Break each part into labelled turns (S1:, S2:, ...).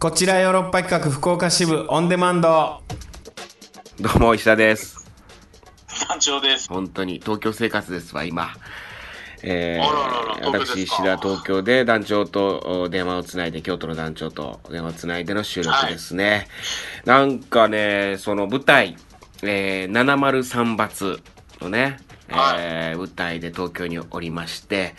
S1: こちらヨーロッパ企画福岡支部オンデマンド
S2: どうも、石田です。
S3: 団長です。
S2: 本当に、東京生活ですわ、今。え
S3: あららら
S2: ー、
S3: 東京ですか
S2: 私、石田、東京で団長とお電話をつないで、京都の団長と電話をつないでの収録ですね。なんかね、その舞台、えー、703罰のね、えー、舞台で東京におりまして、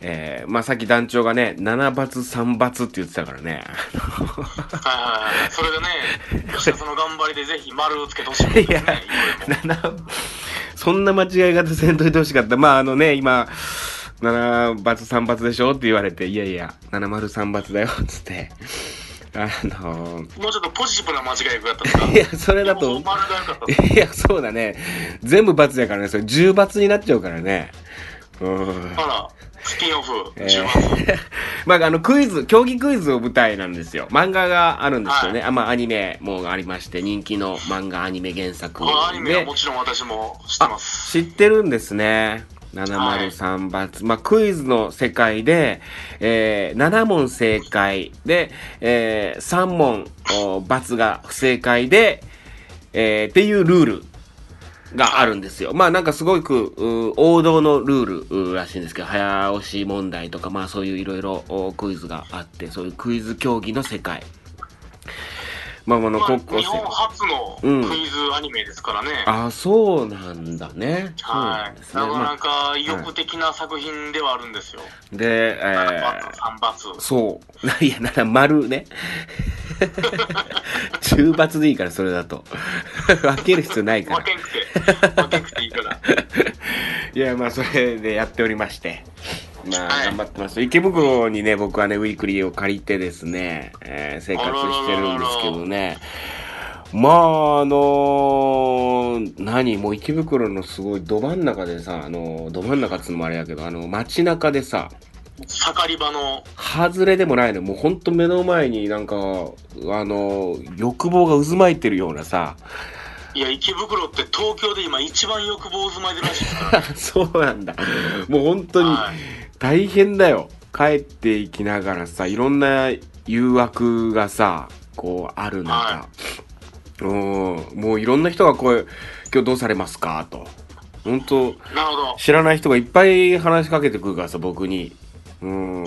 S2: えー、まあ、さっき団長がね、7罰3罰って言ってたからね。
S3: はいはいはい。そ れでね、その頑張りでぜひ丸をつけてほしいもんで
S2: い
S3: すね
S2: や、七そんな間違い方せんといてほしかった。まあ、あのね、今、7罰3罰でしょって言われて、いやいや、703罰だよ、つって。あの
S3: もうちょっとポジティブな間違いが良かったですか
S2: いや、そ れだと
S3: 丸、が良かったです。
S2: いや、そうだね。全部罰やからね、それ10罰になっちゃうからね。うん。
S3: あら、スピンオフ、
S2: え
S3: 10番。
S2: ー まあ、あの、クイズ、競技クイズを舞台なんですよ。漫画があるんですよね。あまあ、アニメもありまして、人気の漫画アニメ原作
S3: こ
S2: で。
S3: のアニメはもちろん私も知って
S2: あ
S3: ます。
S2: 知ってるんですね。703罰。まあ、クイズの世界で、えー7問正解で、えー3問お罰が不正解で、えーっていうルールがあるんですよ。まあなんかすごくうー王道のルールうーらしいんですけど、早押し問題とか、まあそういういろいろクイズがあって、そういうクイズ競技の世界。まあ、あの、
S3: まあ
S2: 高校
S3: 日本
S2: 生。
S3: 初の
S2: うん
S3: クイズアニメですからね。
S2: あ、そうなんだね。そう
S3: は
S2: なん
S3: い
S2: で。すね。
S3: なか
S2: まあ
S3: なか意欲的な作品ではあるんですよ。
S2: で、え
S3: バツ、
S2: ー、
S3: 3バツ。
S2: そう。 いや、なら丸ね。中罰でいいから、それだと。 分ける必要ないか
S3: 負
S2: ら。
S3: けん くて、負けんくていいから。
S2: いや、まあ、それでやっておりまして。ま
S3: は
S2: あ、
S3: い
S2: 頑張ってます。池袋にね、僕はね、ウィークリーを借りてですね、えー生活してるんですけどね。まあ、あのー何もう池袋のすごいど真ん中でさ、あのーど真ん中っつうのもあれやけど、あの、街中でさ、
S3: 盛り場の、
S2: 外れでもないのもうほんと目の前になんかあの欲望が渦巻いてるようなさ
S3: いや、池袋って東京で今一番欲望渦巻いてるら しいですからね。
S2: そうなんだもう本当に
S3: はい
S2: 大変だよ帰っていきながらさいろんな誘惑がさこうある中、
S3: は
S2: うんもういろんな人がこう今日どうされますかと本当
S3: なるほど。
S2: 知らない人がいっぱい話しかけてくるからさ僕にうん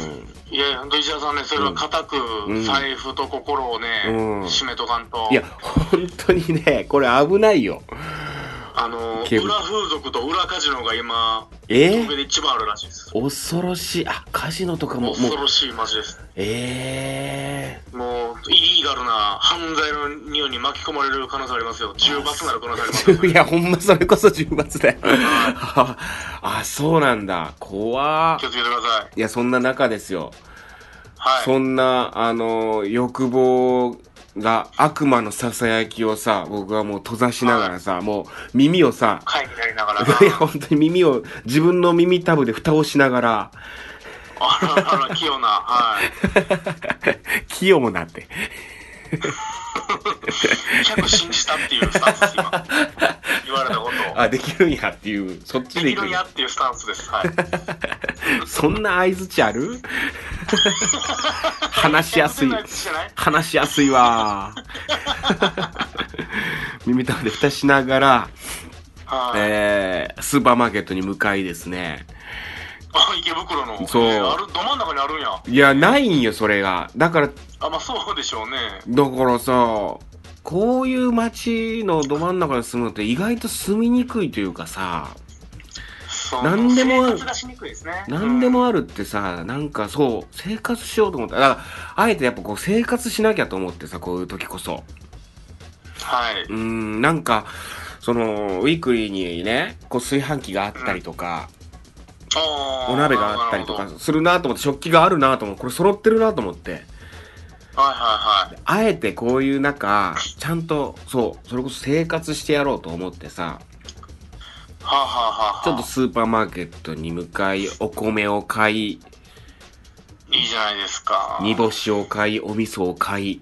S3: いやいや、本当石田さんね、それは固く
S2: うん
S3: 財布と心をね、
S2: うん
S3: 締めとかんと、
S2: いや本当にねこれ危ないよ
S3: あの、
S2: 警部
S3: 裏風俗と裏カジノが今、
S2: えー
S3: 東京で一番あるらしいです。
S2: 恐ろしい。あ、カジノとかも、も
S3: 恐
S2: う、
S3: ろしい街です。
S2: ええ
S3: もう、イリーガルな犯罪の匂いに巻き込まれる可能性ありますよ。重罰になる可能性ありますよ。
S2: ー。 いや、ほんまそれこそ10罰だよ。
S3: はい
S2: あ、あそうなんだ。怖
S3: 気をつけてください。
S2: いや、そんな中ですよ。
S3: はい。
S2: そんな、あの、欲望が、悪魔のささやきをさ、僕はもう閉ざしながらさ、もう耳をさ、
S3: 会になりながら。
S2: いや、本当に耳を、自分の耳タブで蓋をしながら、
S3: あらあら、器用な。はい。
S2: 器用なって。
S3: 100信じたっていうスタンスです、 今。言われたことを。
S2: あ、できるんやっていう、そっち
S3: で
S2: で
S3: き
S2: いく
S3: るんやっていうスタンスです。はい。
S2: そんな相づちある 話しやすい
S3: や。ってつじゃない
S2: 話しやすいわ。 耳たぶで蓋しながら、
S3: はい。
S2: えー、スーパーマーケットに向かいですね。
S3: あ、池袋の。
S2: そう
S3: えーある、ど真ん中にあるんや。
S2: いや、ないんよ、それが。だから、
S3: あ、まあそうでしょうね。
S2: だからさ、こういう街のど真ん中に住むのって意外と住みにくいというかさ、
S3: そう
S2: なんでも
S3: 生活がしにくいですね。
S2: 何でも
S3: うん
S2: あるってさ、なんかそう、生活しようと思った。だから、あえてやっぱこう生活しなきゃと思ってさ、こういう時こそ。
S3: はい。
S2: うーん、なんか、その、ウィークリーにね、こう炊飯器があったりとか、お
S3: お
S2: 鍋があったりと
S3: は
S2: か
S3: い
S2: するなと思って、食器があるなと思って、これ揃ってるなと思って、
S3: はいはい。
S2: あえてこういう中、ちゃんと、そう、それこそ生活してやろうと思ってさ、
S3: はあ、はあはあはあ、
S2: ちょっとスーパーマーケットに向かい、お米を買い、
S3: いいじゃないですか。
S2: 煮干しを買い、お味噌を買い、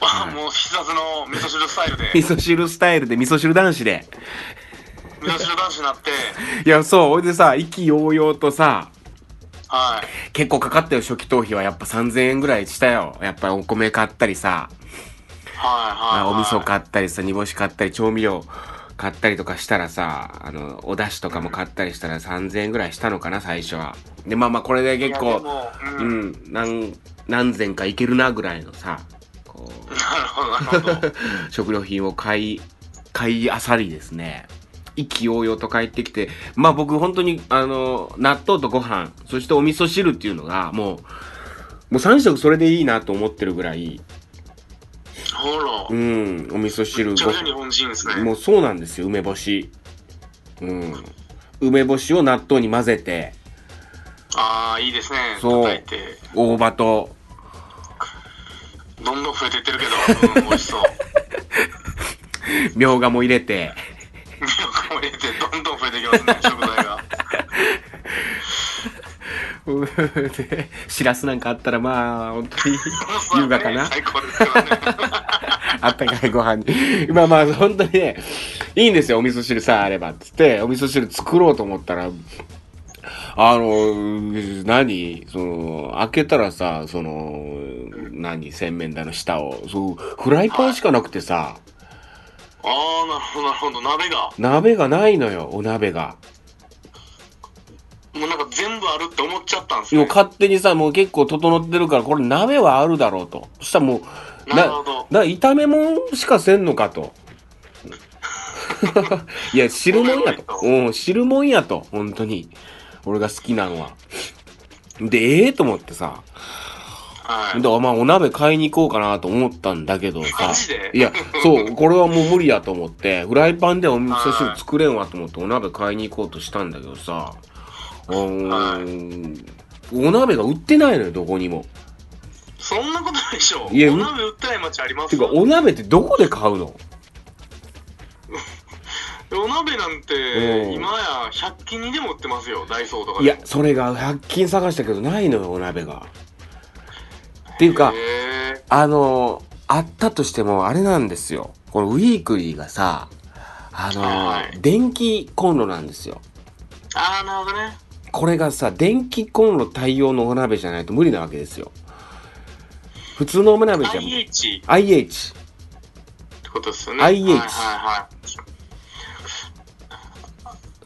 S3: あ もう必殺の味噌汁スタ イルで、
S2: 味
S3: 味
S2: 噌汁スタイルで味噌汁男子で。
S3: 噌汁男子になって、
S2: いや、そう、ほいでさ、意気揚々とさ、
S3: はい。
S2: 結構かかったよ、初期投費は。やっぱ3000円ぐらいしたよ。やっぱりお米買ったりさ、
S3: はいはい、
S2: あ
S3: はい。
S2: お味噌買ったりさ、煮干し買ったり、調味料買ったりとかしたらさ、あの、お出汁とかも買ったりしたら3000円ぐらいしたのかな、最初は。で、まあまあ、これで結
S3: いやで
S2: 構、
S3: も
S2: う
S3: う、
S2: んん、何、何千かいけるな、ぐらいのさ、こう、
S3: なるほど、なるほど。
S2: 食料品を買い、買いあさりですね。意気揚々と帰ってきて、まあ僕本当に、あの、納豆とご飯、そしてお味噌汁っていうのが、もう、もう3食それでいいなと思ってるぐらい、
S3: ほら
S2: う。ん、お味噌
S3: め
S2: 汁
S3: っち
S2: ご
S3: ゃ日
S2: 飯。
S3: 本人ですね。
S2: もうそうなんですよ、梅干し。うん。梅干しを納豆に混ぜて、
S3: ああ、いいですね。
S2: そう
S3: 叩いて。
S2: 大葉と、
S3: どんどん増えてってるけど、うん、美味しそう。
S2: みょうがも入れて、
S3: 目をこめて、どんどん増えてきますね、食材が。
S2: で、しらすなんかあったら、まあ、本当 に、 優雅かな。
S3: 最高ですからね。
S2: あったかいご飯に。まあまあ、本当にね、いいんですよ、お味噌汁さえあれば。つって、お味噌汁作ろうと思ったら、あの、何その、開けたらさ、その、何洗面台の下を。そう、フライパンしかなくてさ、
S3: ああ、なるほど、なるほど。鍋が。
S2: 鍋がないのよ、お鍋が。
S3: もうなんか全部あるって思っちゃったんです
S2: もう
S3: ね。
S2: 勝手にさ、もう結構整ってるから、これ鍋はあるだろうと。そしたらもう、
S3: なるほど
S2: な、炒め物しかせんのかと。 いや、汁もんやと。
S3: ご
S2: うん、汁もんやと。本当に。俺が好きなのは。で、ええと思ってさ。
S3: はい。
S2: で、まあ、お鍋買いに行こうかなと思ったんだけどさ
S3: マジで。
S2: いや、そう、これはもう無理やと思って、フライパンでお味噌汁作れんわと思って、お鍋買いに行こうとしたんだけどさ、あのーお鍋が売ってないのよ、どこにも。
S3: そんなことないでしょ。
S2: いや
S3: お鍋売ってない町あります
S2: てか、お鍋ってどこで買うの
S3: お鍋なん
S2: うん
S3: て、今や100均にでも売ってますよ、ダイソーとか
S2: い
S3: で
S2: や
S3: も。、
S2: それが100均探したけど、ないのよ、お鍋が。っていうか、
S3: へえ。
S2: あのーあったとしても、あれなんですよ。このウィークリーがさ、あのー
S3: はいはい
S2: 電気コンロなんですよ。
S3: ああ、なるほどね。
S2: これがさ、電気コンロ対応のお鍋じゃないと無理なわけですよ。普通のお鍋じゃん。
S3: IH っ
S2: IH。
S3: てことですよね。
S2: IH
S3: はいはいはい。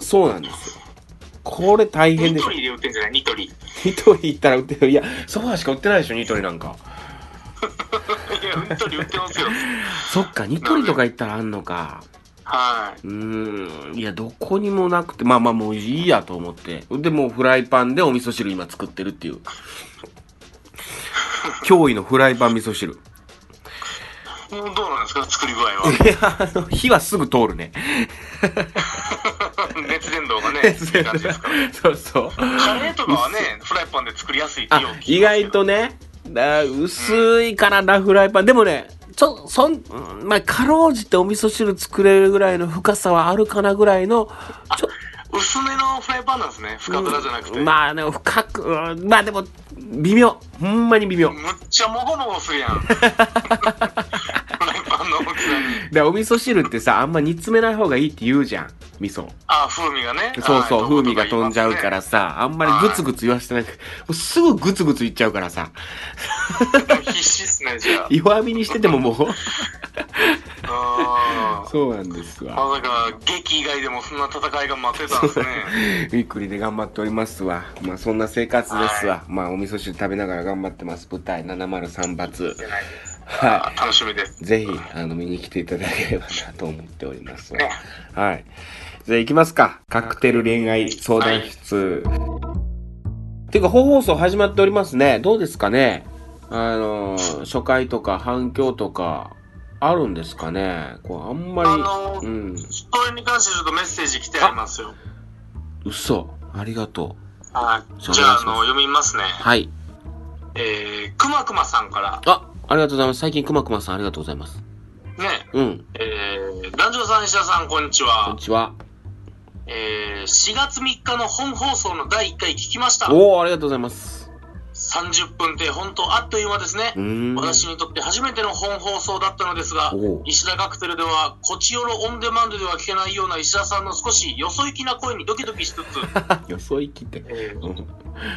S2: そうなんですよ。これ大変
S3: ニ
S2: です
S3: ト。リで売ってんじゃないニトリ。い
S2: ニトリ行ったら売ってる。いや、ソファーしか売ってないでしょ、ニトリなんか。
S3: や、ニトリ売ってますよ。
S2: そっか、ニトリとか行ったらあんのか。
S3: はい。
S2: うーん。いや、どこにもなくて、まあまあもういいやと思って。で、もうフライパンでお味噌汁今作ってるっていう。驚異のフライパン味噌汁。
S3: もうどうなんですか作り具合 は。
S2: いや、あの、火はすぐ通るね。
S3: 熱伝導がね、いい感じですから。
S2: そうそう。
S3: カレーとか はね、フライパンで作りやすいってよ
S2: あ意
S3: く聞きますけ
S2: 外
S3: ど
S2: とねだ薄いからなフライパンでもねちょそんうんまあかろうじてお味噌汁作れるぐらいの深さはあるかなぐらいのちょ
S3: 薄めのフライパンなんですね。深
S2: うん
S3: 皿じゃなくて。
S2: まあね深くうんまあでも微妙ほんまに微妙
S3: むっちゃもごもご するやん。フライパンの大きさに。
S2: でお味噌汁ってさあんま煮詰めない方がいいって言うじゃん味噌
S3: あ、風味がね。
S2: そうそう、
S3: はい
S2: 風味が飛んじゃうか。らさあんまりグツグツ言わしてなくもうすぐグツグツいっちゃうからさ
S3: どうことか言いますねでも必死っすね、じゃあ。
S2: 弱火にしててももう
S3: あー
S2: そうなんですわ
S3: まさか、劇以外でもそんな戦いが待ってたんですね。
S2: ウィークリーで頑張っておりますわ。まあそんな生活ですわ。まあお味噌汁食べながら頑張ってます。舞台703発。は
S3: 楽しみです。
S2: い。ぜひ、あの、見に来ていただければなと思っておりますわ
S3: ね。
S2: はい。じゃあ行きますか。カクテル恋愛相談室。ていうか、本放送始まっておりますね。どうですかねあのー、初回とか反響とか、あるんですかねこう、あんまり、
S3: あのー
S2: うん。
S3: これに関してちょっとメッセージ来てありますよ。
S2: 嘘。ありがと
S3: はい。
S2: じゃあ
S3: じゃ
S2: お願いしま
S3: あ、あ
S2: す
S3: の、読みますね。
S2: う。はい。
S3: えー、くまくまさんから、
S2: あ、ありがとうございます。最近くまくまさんありがとうございます。
S3: ね、
S2: うん。
S3: えー、団長さん、石田さん、こんにち
S2: こん
S3: は
S2: に。ちは。
S3: えー、4月3日の本放送の第1回聞きました。
S2: おお、ありがとうございます。
S3: 30分って本当あっという間ですね
S2: う。ーん。
S3: 私にとって初めての本放送だったのですが
S2: おう、
S3: 石田カクテルでは、こちよろオンデマンドでは聞けないような石田さんの少しよそ行きな声にドキドキし つつ、
S2: よそ行きって。
S3: えー
S2: うん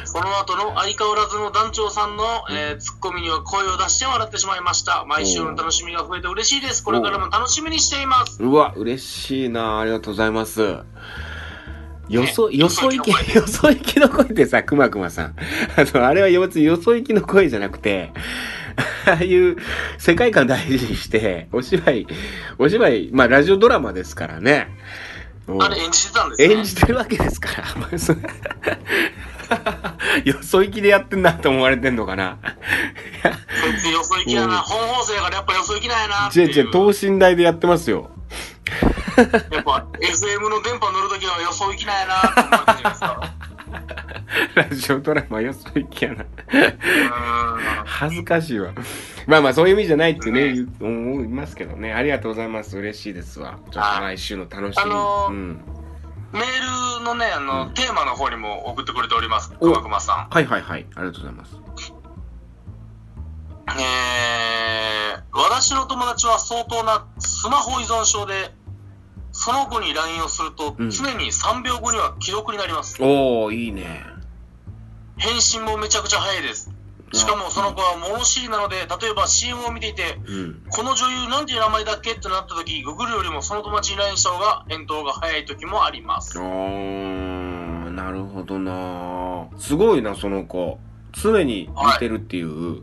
S3: その後の相変わらずの団長さんの、えーツッコミには声を出して笑ってしまいました。毎週の楽しみが増えて嬉しいです。これからも楽しみにしています。
S2: うわ、嬉しいな。ありがとうございます。よそ、
S3: ね
S2: よそ行き
S3: よそ行きの、声
S2: よそ行きの声ってさ、くまくまさん。あの、あれは別によそ行きの声じゃなくて、 ああいう世界観大事にして、お芝居、お芝居、まあラジオドラマですからね。うん
S3: あれ演じてたんですね。
S2: 演じてるわけですから。 まあそよそ行きでやってんなって思われてんのかな。
S3: こいつよそ行きや
S2: うん
S3: な。本放送やからやっぱよそ行きなんやなって
S2: 違う
S3: いう。
S2: 違う、等身大でやってますよ。
S3: やっぱ FM の電波乗るときはよそ行きなんやなって思われてるじゃないですか。
S2: ラジオドラマよそ行きやな。
S3: う
S2: 恥ずかしいわ。まあまあ、そういう意味じゃないってね、
S3: ね
S2: 言う思いますけどね。ありがとうございます。嬉しいですわ。ちょっと
S3: あ
S2: 毎週の楽しみ。
S3: あのー
S2: うん。
S3: ーんメールのね、あの、テーマの方にも送ってくれております。
S2: お
S3: くまくまさん。
S2: はいはいはい。ありがとうございます。
S3: えー、私の友達は相当なスマホ依存症で、その子に LINE をすると、
S2: うん
S3: 常に3秒後には既読になります。
S2: おー、いいね。
S3: 返信もめちゃくちゃ早いです。しかもその子は物知りなので、例えば CM を見ていて、
S2: うん。
S3: この女優なんていう名前だっけってなった時、ググるよりもその友達に LINE した方が返答が早い時もあります。
S2: おー、なるほどなすごいな、その子。常に見てるっていう。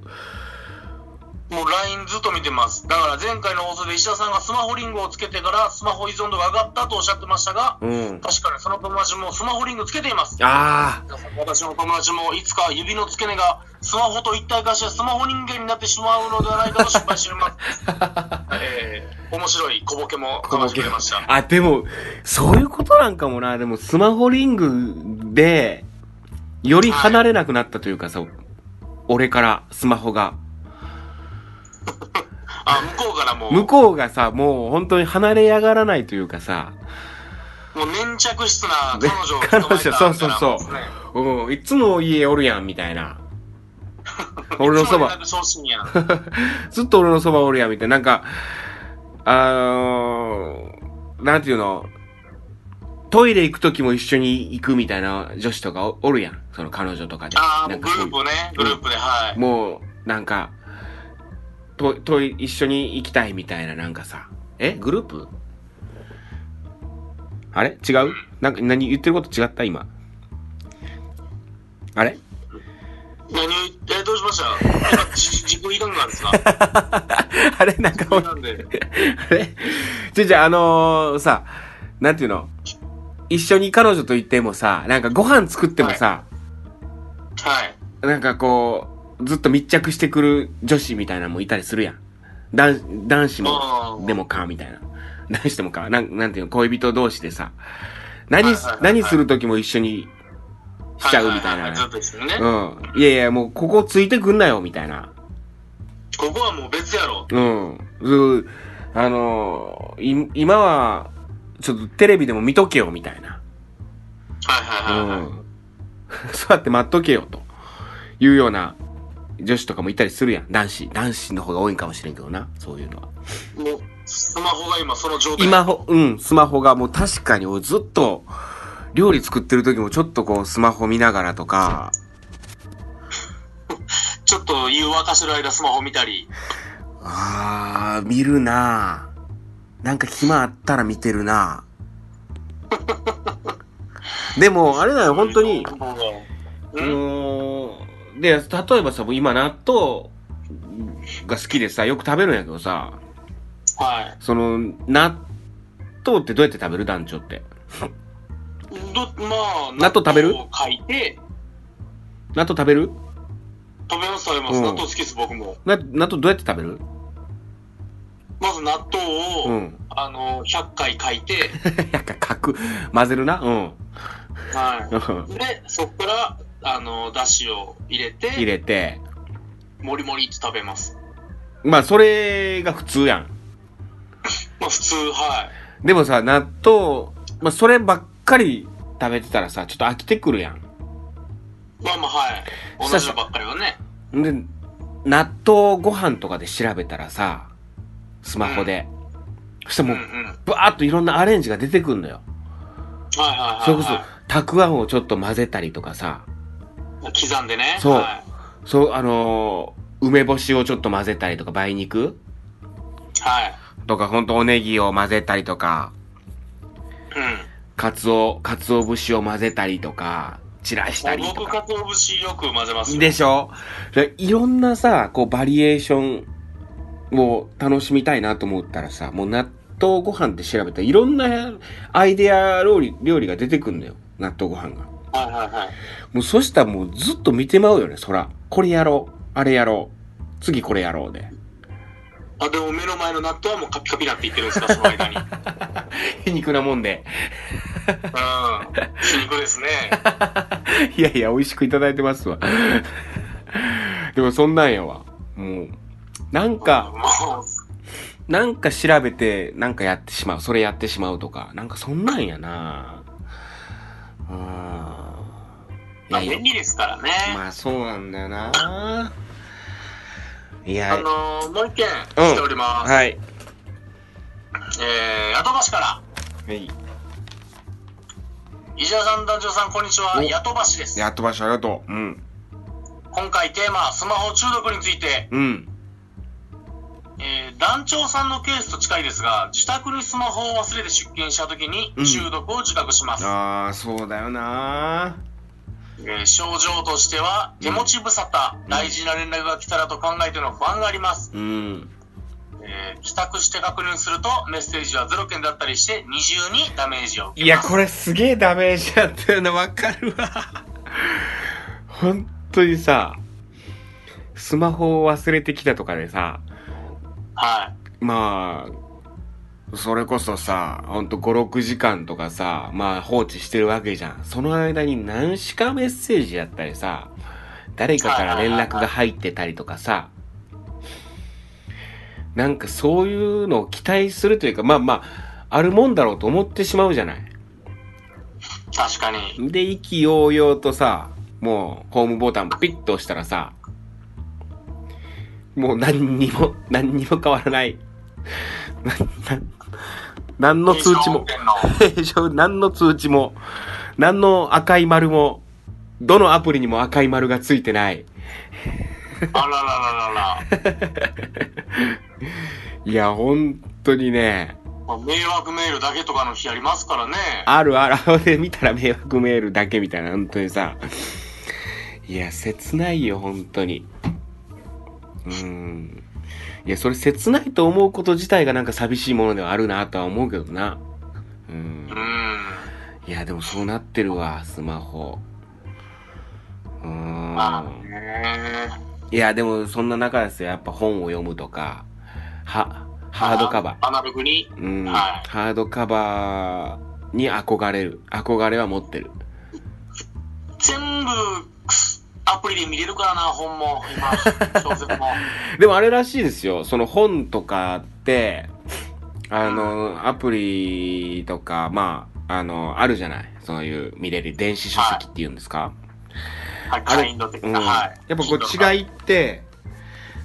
S3: もう LINE ずっと見てます。だから前回の放送で石田さんがスマホリングをつけてからスマホ依存度が上がったとおっしゃってましたが、
S2: うん。
S3: 確かにその友達もスマホリングつけています。
S2: あ
S3: 私の友達もいつか指の付け根がスマホと一体化してスマホ人間になってしまうのではないかと心配して います。えー、面白い小ボケもかましてくれました。
S2: あ、でも、そういうことなんかもな。でも、スマホリングで、より離れなくなったというかさ、俺から、スマホが。
S3: あ、向こうからもう、
S2: 向こうがさ、もう本当に離れやがらないというかさ、
S3: もう粘着質な彼女を。
S2: 彼女、 そうそうそう
S3: ね
S2: う、うん、いつも家おるやん、みたい な。俺のそば、
S3: いつも連絡送信やん。
S2: ずっと俺のそばおるやん、みたいな。なんか、あのー、なんていうの、トイレ行くときも一緒に行くみたいな女子とかおおるやん、その彼女とかで。
S3: あ
S2: な
S3: ーもうんグ
S2: か
S3: ル
S2: そういう
S3: ープね、グループで、はい。
S2: もう、なんか、と、と、一緒に行きたいみたいな、なんかさ。えグループあれ違うなんか、何言ってること違った今。あれ
S3: 何を言って、どうしました今、じ自己いかんがですか
S2: あれなんか俺、
S3: なんで。
S2: あれじゃじゃ、あのー、さ、なんていうの一緒に彼女と行ってもさ、なんかご飯作ってもさ、
S3: はい。
S2: なんかこう、ずっと密着してくる女子みたいなのもいたりするやん。男男子
S3: あ
S2: も、
S3: ー
S2: でもか、みたいな。男子でもか、なんなんていうの、恋人同士でさ、何す
S3: はいはいはいは、い
S2: 何する時も一緒にしちゃうみたい
S3: ははは
S2: な
S3: ずっとですよ
S2: ね。
S3: ね。
S2: うん。いやいや、もうここついてくんなよ、みたいな。
S3: ここはもう別やろ。
S2: うん。うあのーい、今は、ちょっとテレビでも見とけよ、みたいな。
S3: はいはいはいは
S2: う
S3: い。
S2: ん。 そうやって待っとけよ、というような女子とかもいたりするやん。男子。男子の方が多いんかもしれんけどな。そういうのは。
S3: もう、スマホが今その状態。
S2: 今ほ、うん、スマホがもう確かに俺ずっと、料理作ってる時もちょっとこうスマホ見ながらとか、
S3: ちょっと湯沸かしてる間スマホ見たり。
S2: あー、見るなぁ。なんか暇あったら見てるな ぁ。でも、あれだよ、本当に。う
S3: うん。
S2: ーん。で、例えばさ、もう今納豆が好きでさ、よく食べるんやけどさ、
S3: は
S2: その、納豆ってどうやって食べる団長って。
S3: い。ど、まあ、
S2: 納豆食べる
S3: 納豆を書いて、
S2: 納豆食べる
S3: 食べます食べます。
S2: うん
S3: 納豆好きです、僕も。
S2: な納豆どうやって食べる
S3: まず納
S2: う
S3: 豆を、
S2: ん。
S3: あの、100回書いて、
S2: なんか、かく、混ぜるな。うん。 う
S3: は
S2: ん
S3: い。で、そこから、あの、だしを入れ
S2: 入
S3: て、
S2: れて。
S3: もりもりって食べます。
S2: まあ、それが普通やん。
S3: まあ、普通、は
S2: でもさ、納豆、まあ、そればっかり食べてたらさ、ちょっと飽きてくるやん。
S3: い。まあまあ、はい。同じのばっかりはね。
S2: で、納豆ご飯とかで調べたらさ、スマホで。そした
S3: うん
S2: ら
S3: う
S2: もう、
S3: ん。はい
S2: バーっといろんなアレンジが出てくんのよ。
S3: はいはい。
S2: それこそ、たくあんをちょっと混ぜたりとかさ、
S3: そ。刻んでね。
S2: そう
S3: はい
S2: そう、あのー梅干しをちょっと混ぜたりとか、梅肉
S3: はい。
S2: とか、ほんとおネギを混ぜたりとか、
S3: う
S2: かつお、かつお節を混ぜたりとか、散らしたり
S3: ん。
S2: と
S3: 僕、
S2: か。
S3: かつお節よく混ぜますよ。
S2: でしょでいろんなさ、こう、バリエーションを楽しみたいなと思ったらさ、もう納豆ご飯って調べたらいろんなアイデア料理、料理が出てくんだよ。納豆ご飯が。
S3: はいはいはい。
S2: もうそしたらもうずっと見てまうよね、そら。これやろう。あれやろう。次これやろう で。
S3: あ、でも目の前の納豆はもうカピカピなって言ってるんですか、そ の間に。うん。
S2: 皮肉なもんで。
S3: 皮肉ですね。
S2: いやいや、美味しくいただいてますわ。 でもそんなんやわ。もう。なんか、
S3: もう、
S2: なんか調べて、なんかやってしまう。それやってしまうとか。なんかそんなんやなあ
S3: まあ
S2: いや
S3: 便
S2: いや、
S3: 利ですからね。
S2: まあそうなんだよない
S3: あ
S2: や、
S3: のー、もう一件来ております。
S2: はい。
S3: えー、宿橋から。
S2: はい。
S3: 石田さん、団長さん、こんにちは。
S2: お
S3: 宿橋です。
S2: やっと場所ありがとう。うん。
S3: 今回テーマ、スマホ中毒について、
S2: うん。
S3: えー団長さんのケースと近いですが、自宅にスマホを忘れて出勤した時に
S2: うん
S3: 中毒を自覚します。
S2: ああ、そうだよな
S3: えー症状としては、手持ち無沙汰、大事な連絡が来たらと考えての不安があります。
S2: うん。
S3: えー帰宅して確認すると、メッセージは0件だったりして、二重にダメージを受
S2: い
S3: け
S2: や、
S3: ます。
S2: これすげえダメージだったよな、わかるわ。本当にさ、スマホを忘れてきたとかでさ、
S3: は
S2: まあ、それこそさ、ほんと5、6時間とかさ、まあ放置してるわけじゃん。その間に何しかメッセージやったりさ、誰かから連絡が入ってたりとかさ、なんかそういうのを期待するというか、まあまあ、あるもんだろうと思ってしまうじゃない。
S3: い。確かに。
S2: で、意気揚々とさ、もうホームボタンピッと押したらさ、もう何にも、 何にも変わらない。 なな何の通知も、
S3: 飲食店の
S2: 平常 何の通知も、何の赤い丸も、どのアプリにも赤い丸がついてない。
S3: あら ららら
S2: いや、本当にね、
S3: ら。まあ迷惑メールだけとかの日ありますからね。
S2: あるあるで見たら迷惑メールだけみたいな、本当にさ。いや、切ないよ、本当に。うーん。いや、それ切ないと思うこと自体がなんか寂しいものではあるなとは思うけどな。う。
S3: うんん。
S2: いや、でもそうなってるわ、スマホ。う
S3: まあ
S2: ーん。
S3: ね。
S2: いや、でもそんな中ですよ。やっぱ本を読むとか、は、ハードカバ
S3: アナログに。
S2: ー。うん。
S3: は
S2: ハードカバーに憧れる。憧れは持ってる。
S3: 全部、くすアプリで見れるからな、本も。今、小説 も。
S2: でもあれらしいですよ。その本とかって、あの、アプリとか、まあ、あの、あるじゃない。そういう見れる電子書籍っていうんですか。
S3: はい、カインド的
S2: うん。
S3: な。はい。
S2: やっぱこう
S3: い。
S2: 違いって、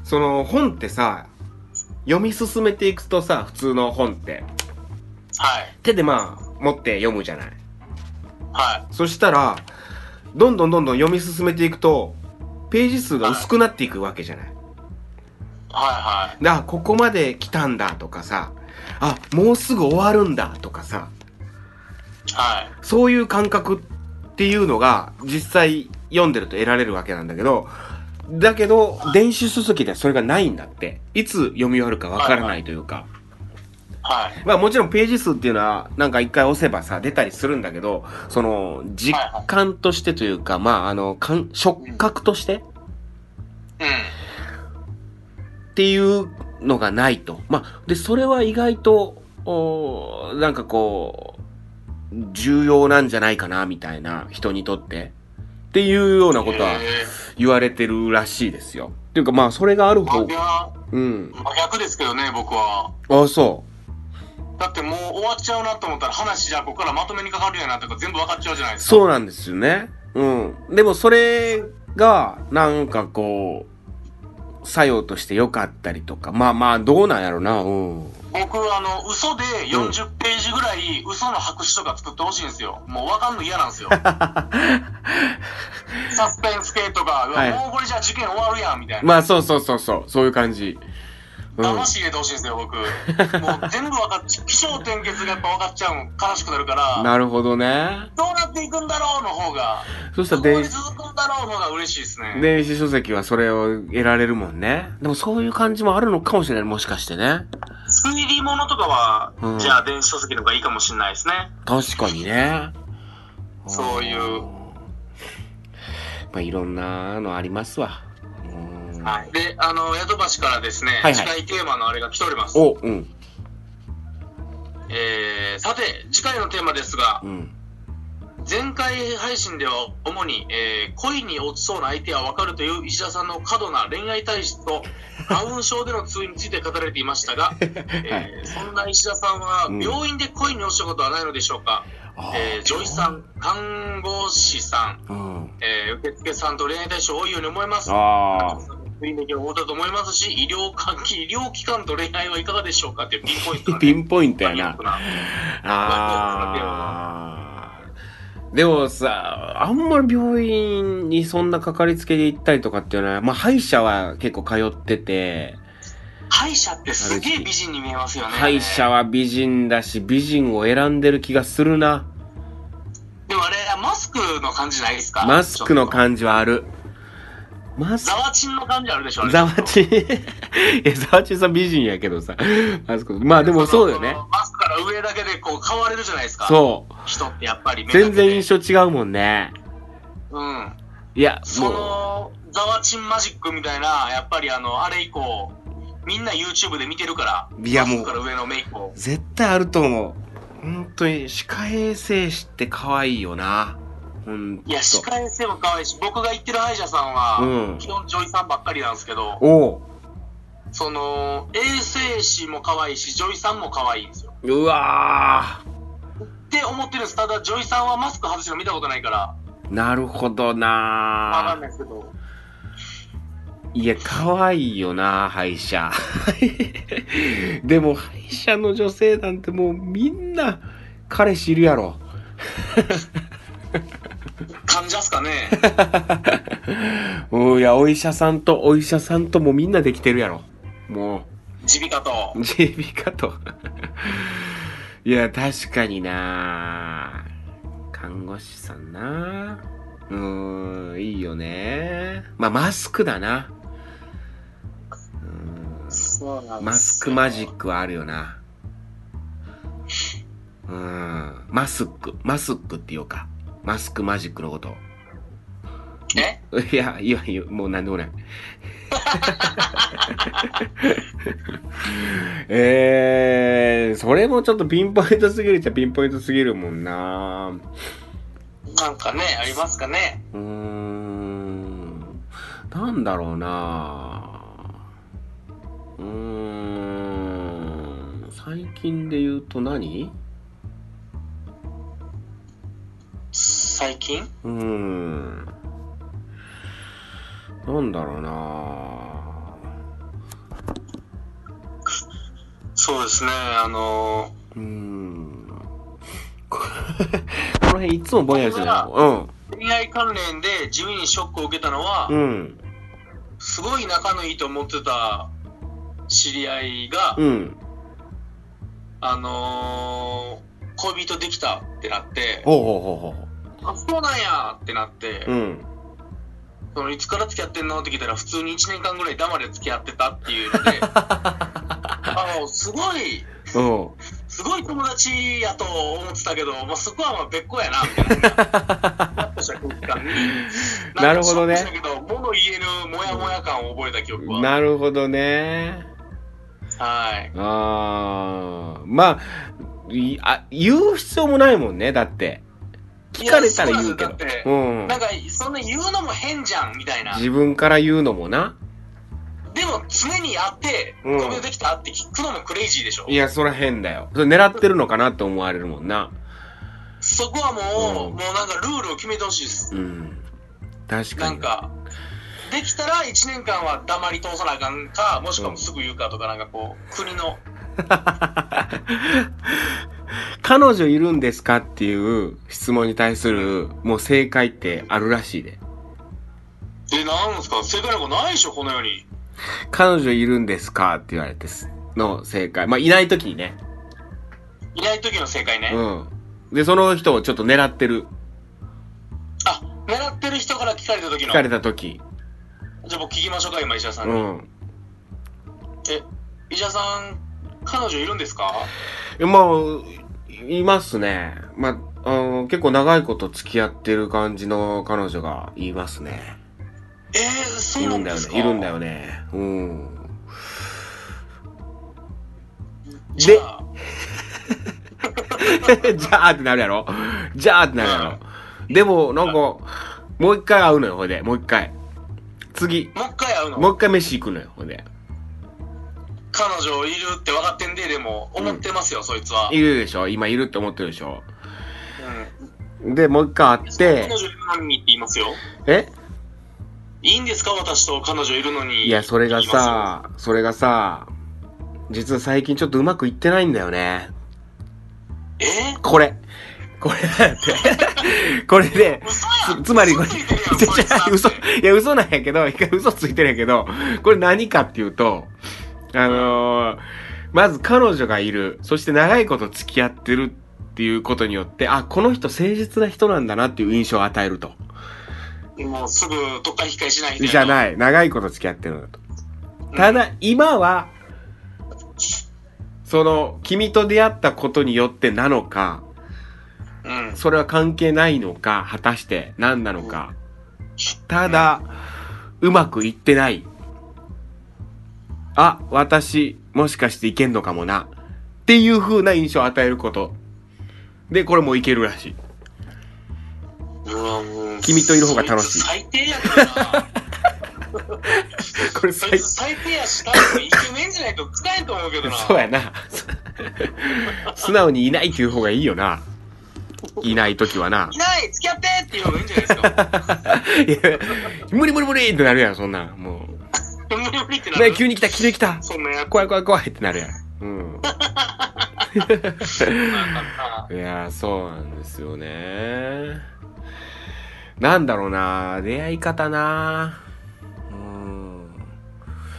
S2: その本ってさ、読み進めていくとさ、普通の本って、
S3: はい。
S2: 手でまあ、持って読むじゃない。
S3: はい。
S2: そしたら、どんどんどんどん読み進めていくと、ページ数が薄くなっていくわけじゃない。
S3: はいはい。
S2: であ、ここまで来たんだとかさ、あ、もうすぐ終わるんだとかさ、
S3: はい。
S2: そういう感覚っていうのが実際読んでると得られるわけなんだけど、だけど、電子書籍ではそれがないんだって。いつ読み終わるかわからないというか。
S3: はい。
S2: まあもちろんページ数っていうのはなんか一回押せばさ出たりするんだけど、その実感としてというか、まああの感、触覚として
S3: うん。
S2: っていうのがないと。まあ、で、それは意外と、おーなんかこう、重要なんじゃないかな、みたいな、人にとって。っていうようなことは
S3: え
S2: 言われてるらしいですよ。っていうか、まあ、それがある
S3: ー
S2: 方
S3: 僕、は
S2: うん。
S3: 真逆ですけどね、僕は。
S2: あ、そ
S3: だってもう終わっちゃうなと思ったら話じゃあここからまとめにかかるようになってから全部分かっちゃうじゃないで
S2: う。
S3: すか。
S2: そうなんですよね。うん。でもそれが、なんかこう、作用として良かったりとか。まあまあ、どうなんやろな。うん。
S3: 僕はあの嘘で40ページぐらい嘘の白紙とか作ってほしいんですよもう分かんの嫌なん ですよサスペンス系とか、うわ
S2: はい
S3: もうこれじゃあ事件終わるやんみたいな、
S2: まあ、そうそうそうそう。そういう感じ。うん。
S3: 騙し入れてほしいんですよ僕もう全部分かっち気象転結がやっぱ分かっちゃう悲しくなるから
S2: なるほどね。
S3: どうなっていくんだろうの方が
S2: そした
S3: ど
S2: ら
S3: こ
S2: 電
S3: まで
S2: 子、
S3: 続くんだろうの方が嬉しいですね
S2: 電子書籍はそれを得られるもんね。でもそういう感じもあるのかもしれない。もしかしてね。
S3: 推理ものとかは、
S2: うん
S3: じゃあ電子書籍の方がいいかもしれないですね
S2: 確かにね。
S3: そういう
S2: うんまあ、いろんなのありますわ。うん
S3: はい、で、あの、宿橋からですね、
S2: はいはい
S3: 次回テーマのあれが来ております。
S2: お、うん。
S3: えー、さて、次回のテーマですが
S2: う、ん。
S3: 前回配信では主に、えー恋に落ちそうな相手はわかるという石田さんの過度な恋愛体質と、ダウン症での通院について語られていまし たが、えーそんな石田さんは
S2: うん
S3: 病院で恋に落ちたことはないのでしょうか、
S2: あ
S3: えー女医さん、看護師さん、
S2: うん。
S3: えー受付さんと恋愛対象多いように思います。
S2: あ
S3: 雰囲気を持ったと思いますし、医療関係、医療機関と恋愛はいかがでしょうかっていうピンポイント
S2: あ。
S3: な
S2: ピ
S3: ね、
S2: ンポイントや
S3: マニアッ
S2: な
S3: ク。な
S2: あーでもさ、あんまり病院にそんなかかりつけで行ったりとかっていうのは、まあ歯医者は結構通ってて、
S3: 歯医者ってすげえ美人に見えますよね。
S2: 歯医者は美人だし、美人を選んでる気がするな。
S3: でもあれ、マスクの感じないですか
S2: マスクの
S3: じ。
S2: 感じはある。マス
S3: ザワチンの感じあるでしょあれ
S2: ザワチン、いや、ザワチンさん美人やけどさ、マスク。まあでもそうだよね
S3: そ。のマスクから上だけでこう変われるじゃないですか。
S2: そ
S3: 人ってやっぱり
S2: う。
S3: 目だけ
S2: 全
S3: で
S2: 然印象違うもんね。
S3: うん。
S2: いや、
S3: そ
S2: もう、
S3: の、ザワチンマジックみたいな、やっぱりあの、あれ以降、みんな YouTube で見てるから。
S2: いやもう
S3: マスクから上のメイクを。
S2: 絶対あると思う。本当に、歯科衛生士って可愛いよな。ほんと。
S3: いや、歯科衛生も可愛いし、僕が行ってる歯医者さんは、
S2: うん
S3: 基本女医さんばっかりなんですけど、
S2: おう。
S3: その、衛生士も可愛いし、女医さんも可愛いんですよ。
S2: うわ
S3: って思ってるんです。ただ、女医さんはマスク外してるの見たことないから、
S2: ー。なるほど
S3: わかん
S2: な
S3: ないですけど、
S2: いや、可愛いよな歯医者。 でも、歯医者の女性なんてもうみんな、彼氏いるやろ。
S3: 患者っすか ね
S2: うん、いや、お医者さんと、お医者さんともみんなできてるやろ。も
S3: 耳鼻科と
S2: う、。耳鼻科と。 いや、確かにな看護師さんなうーん、いいよねまあ、マスクだな。
S3: そうな
S2: うんん、マスクマジ
S3: ク。
S2: ックはあるよな。うん、マスク、マスクって言おうか。マスクマジックのこと。
S3: え
S2: いや、いや、いや、もう何でもない。 えー、それもちょっとピンポイントすぎるっちゃピンポイントすぎるもんな
S3: なんかね、ありますかね。
S2: うーん、なんだろうなうーん、最近で言うと何
S3: 最近
S2: うーん。なんだろうな
S3: そうですね、あの
S2: うーん。ここの辺いつもぼんやりしてるよ。
S3: ー恋愛関連で地味にショックを受けたのは、
S2: うん。うん。
S3: すごい仲のいいと思ってた知り合いが、
S2: うん。
S3: あのー恋人できたってなって、
S2: ほうほうほうほ
S3: あ、そうなんやってなって、
S2: う。うん。
S3: そのいつから付き合ってんのって聞いたら、普通に1年間ぐらい黙れ付き合ってたっていうの で、あのすごい、
S2: うん。
S3: すごい友達やと思ってたけど、まあ、そこはまあ別個やな、みたいな。
S2: なるほどね
S3: なんかショックしたけど物言えぬモヤモヤ感を覚えた記憶は。
S2: なるほどね。
S3: はい。
S2: あー。まあ、いあ、言う必要もないもんね、だって。聞かれたら言うけ
S3: い
S2: ど
S3: やそうなんです。
S2: う
S3: よ
S2: ん
S3: だっ。てなんか、そんな言うのも変じゃん、みたいな。
S2: 自分から言うのもな。
S3: でも、常にあって、
S2: うん
S3: これできたって聞くのもクレイジーでしょ
S2: い。や、そら変だよ。それ狙ってるのかなって思われるもんな。
S3: そこはもう、
S2: うん
S3: もうなんかルールを決めてほしいです。
S2: うん。確か
S3: な
S2: に。
S3: んか、できたら1年間は黙り通さなあかんか、もしくはもうすぐ言うかとか、なんかこう、国の、
S2: 彼女いるんですかっていう質問に対する、もう正解ってあるらしいで。
S3: え、なんですか、正解なんかないでしょ、この世に。
S2: 彼女いるんですかって言われてす、の正解。まあ、いない時にね。
S3: いない時の正解ね。
S2: うん。で、その人をちょっと狙ってる。
S3: あ、狙ってる人から聞かれた時
S2: 聞
S3: の。
S2: かれた時。
S3: じゃあ僕聞きましょうか、今、石田さん
S2: う
S3: に。
S2: ん。
S3: え、石田さん、彼女いるんですか
S2: まあ、いますね。まあ、あの結構長いこと付き合ってる感じの彼女がいますね。
S3: えー、そ
S2: いう
S3: な
S2: る
S3: ん
S2: んだ
S3: で
S2: よ
S3: すか
S2: ね。いるんだよね。うん。
S3: じゃあ、
S2: じゃあってなるやろじゃあってなるやろ、でも、なんか、もう一回会うのよ、ほいで。もう一回。次。
S3: もう一回会うの
S2: もう一回飯行くのよ、ほいで。
S3: 彼女いるって分かってんで、でも、思ってますよ、そいつは。
S2: いるでしょ今いるって思ってるでしょ
S3: うん。
S2: で、もう一回会っ
S3: 彼
S2: て、
S3: 女いるのにって言いますよ。
S2: え
S3: いいんですか、私と彼女いるのに。
S2: いや、それが
S3: って言いますよ。
S2: さ、それがさ、実は最近ちょっとうまくいってないんだよね。
S3: え
S2: これ。これだって。これで、
S3: 嘘や
S2: つ
S3: ん
S2: つまりこ
S3: 嘘
S2: れ
S3: ついてるやん そ
S2: 嘘、
S3: いつだっ、て
S2: いや、嘘なんやけど、一回嘘ついてるんやけど、これ何かっていうと、あのーまず彼女がいる、そして長いこと付き合ってるっていうことによって、あ、この人誠実な人なんだなっていう印象を与えると。
S3: もうすぐどっか控えしないで。
S2: じゃ
S3: い。
S2: ない、長いこと付き合ってるんだと。ただ、今は、その、君と出会ったことによってなのか、
S3: うん。
S2: それは関係ないのか、果たして何なのか。ただ、うまくいってない。あ、私、もしかしていけんのかもな。っていう風な印象を与えること。で、これもいけるらしい。
S3: うわもう
S2: 君といる方が楽しい
S3: そつ最低やからな。
S2: これ
S3: そ
S2: 最
S3: いつ最低やし、多分イケメンじゃないと使えんと思うけどな。
S2: そうやな。素直にいないっていう方がいいよな。いない時は な。
S3: いない付き合ってっていうのがいいんじゃないです か。
S2: いや無理無理無理ってなるやん、そんなん。も
S3: 無理無理って
S2: う。
S3: な
S2: ね、
S3: る。
S2: 急に来た、急に来た。
S3: そんなやつ。
S2: 怖い怖い怖いってなるやん。うん。
S3: なんかない
S2: やーそうなんですよねなんだろうな出会い方なうん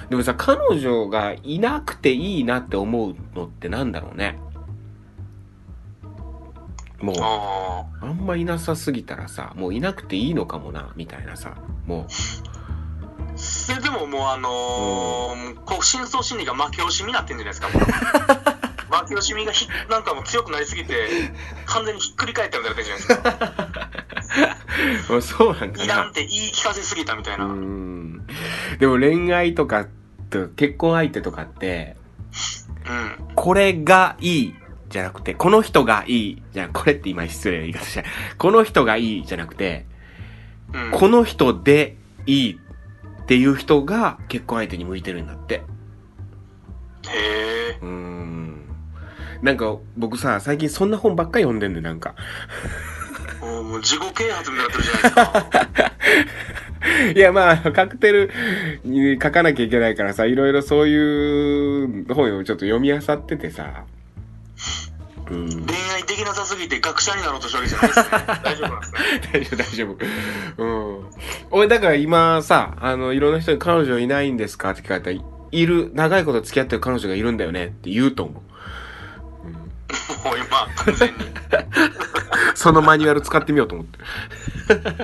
S2: でもさ彼女がいなくていいなって思うのってなんだろうねもう
S3: あ
S2: あんまいなさすぎたらさもういなくていいのかもなみたいなさも
S3: ーででももうあのー、こう深層心理が負け惜しみになってんじゃな いですか、もう負け惜しみがひなんかもう強くなりすぎて、完全にひっくり返ったみたいになってる じゃないですか。
S2: う もうそうなんか
S3: いらん
S2: な
S3: って言い聞かせすぎたみたいうな。
S2: んでも恋愛とかと結婚相手とかって
S3: うん。
S2: これがいいじゃなくて、この人がいいじゃなこれって今失礼な言い方した。この人がいいじゃなくて、
S3: うん。
S2: この人でいいっていう人が結婚相手に向いてるんだって。
S3: へえ。
S2: うーん。なんか僕さ、最近そんな本ばっかり読んでんねんなんか。
S3: もうもう自己啓発みたいになってるじゃないですか。
S2: いやまあ、カクテルに書かなきゃいけないからさ、いろいろそういう本をちょっと読み漁っててさ。うん。
S3: 恋愛できなさすぎて学者になろうとしたわけじゃないですね。大丈夫なんですね。
S2: 大丈夫大丈夫うん俺だから今さあのいろんな人に「彼女いないんですか?」って聞かれたら「いる長いこと付き合ってる彼女がいるんだよね」って言うと思う
S3: もう今、完全に。
S2: そのマニュアル使ってみようと思っ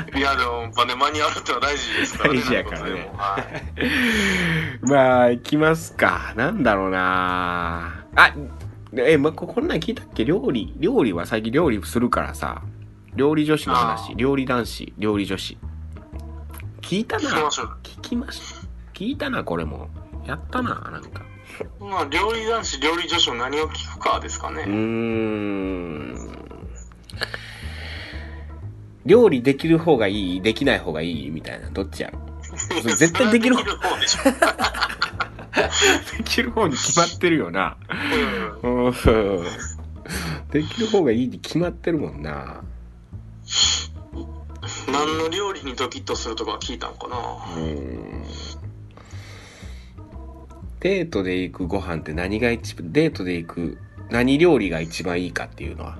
S2: て
S3: いや、でも、やっぱね、マニュアルってのは 大事ですからね。
S2: 大事やからね
S3: はい
S2: まあ行きますかなんだろうなあえ、ま、ここんなん聞いたっけ料理料理は最近料理するからさ料理女子の
S3: あ
S2: 話
S3: ー
S2: 料理男子料理女子聞いたな
S3: 聞きましょう
S2: 聞きました聞いたなこれもやったななんか
S3: まあ、料理男子、料理女子の何を聞くかですか
S2: うー
S3: ね。
S2: ん料理できる方がいいできない方がいいみたいなどっちやろそれ絶対できる
S3: そ
S2: 方
S3: れ
S2: で
S3: はできる方でしょ。
S2: きる方に決まってるよな
S3: うん
S2: うんできる方がいいに決まってるもんな。
S3: 何の料理にドキッとするとか聞いたんかな
S2: うん。デートで行くご飯って何が一番、デートで行く何料理が一番いいかっていうのは。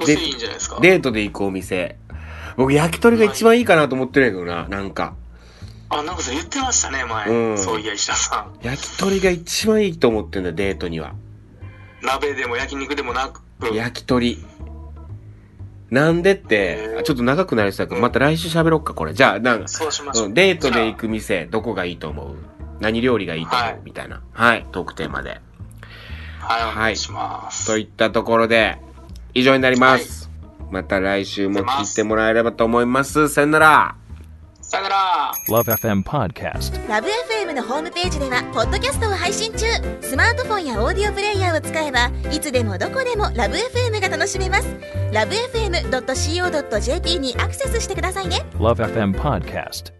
S3: そしていいんじゃないですか
S2: デートで行くお店。僕、焼き鳥が一番いいかなと思ってるんやけどな、なんか。
S3: あなんかそれ言ってましたね前、
S2: うん
S3: そういや石田さん
S2: 焼き鳥が一番いいと思ってんだよ、デートには。
S3: 鍋でも焼肉でもなく
S2: 焼き鳥。なんでって、あちょっと長くなりそうやけど、また来週喋ろっか、これ。じゃあ、なんか、
S3: そうしましょう、
S2: うん、デートで行く店、どこがいいと思う何料理がいいと思う、
S3: はい
S2: みたいな。はい、トークテーマで。
S3: はいお
S2: は
S3: 願
S2: い
S3: いします、
S2: といったところで、以上になります。また来週も聞いてもらえればと思います。さよなら。
S3: さよなら
S4: Love FM Podcast.
S5: ラブ f m のホームページではポッドキャストを配信中スマートフォンやオーディオプレイヤーを使えばいつでもどこでもラブ f m が楽しめますラブ FM.co.jp にアクセスしてくださいね
S4: Love FM Podcast.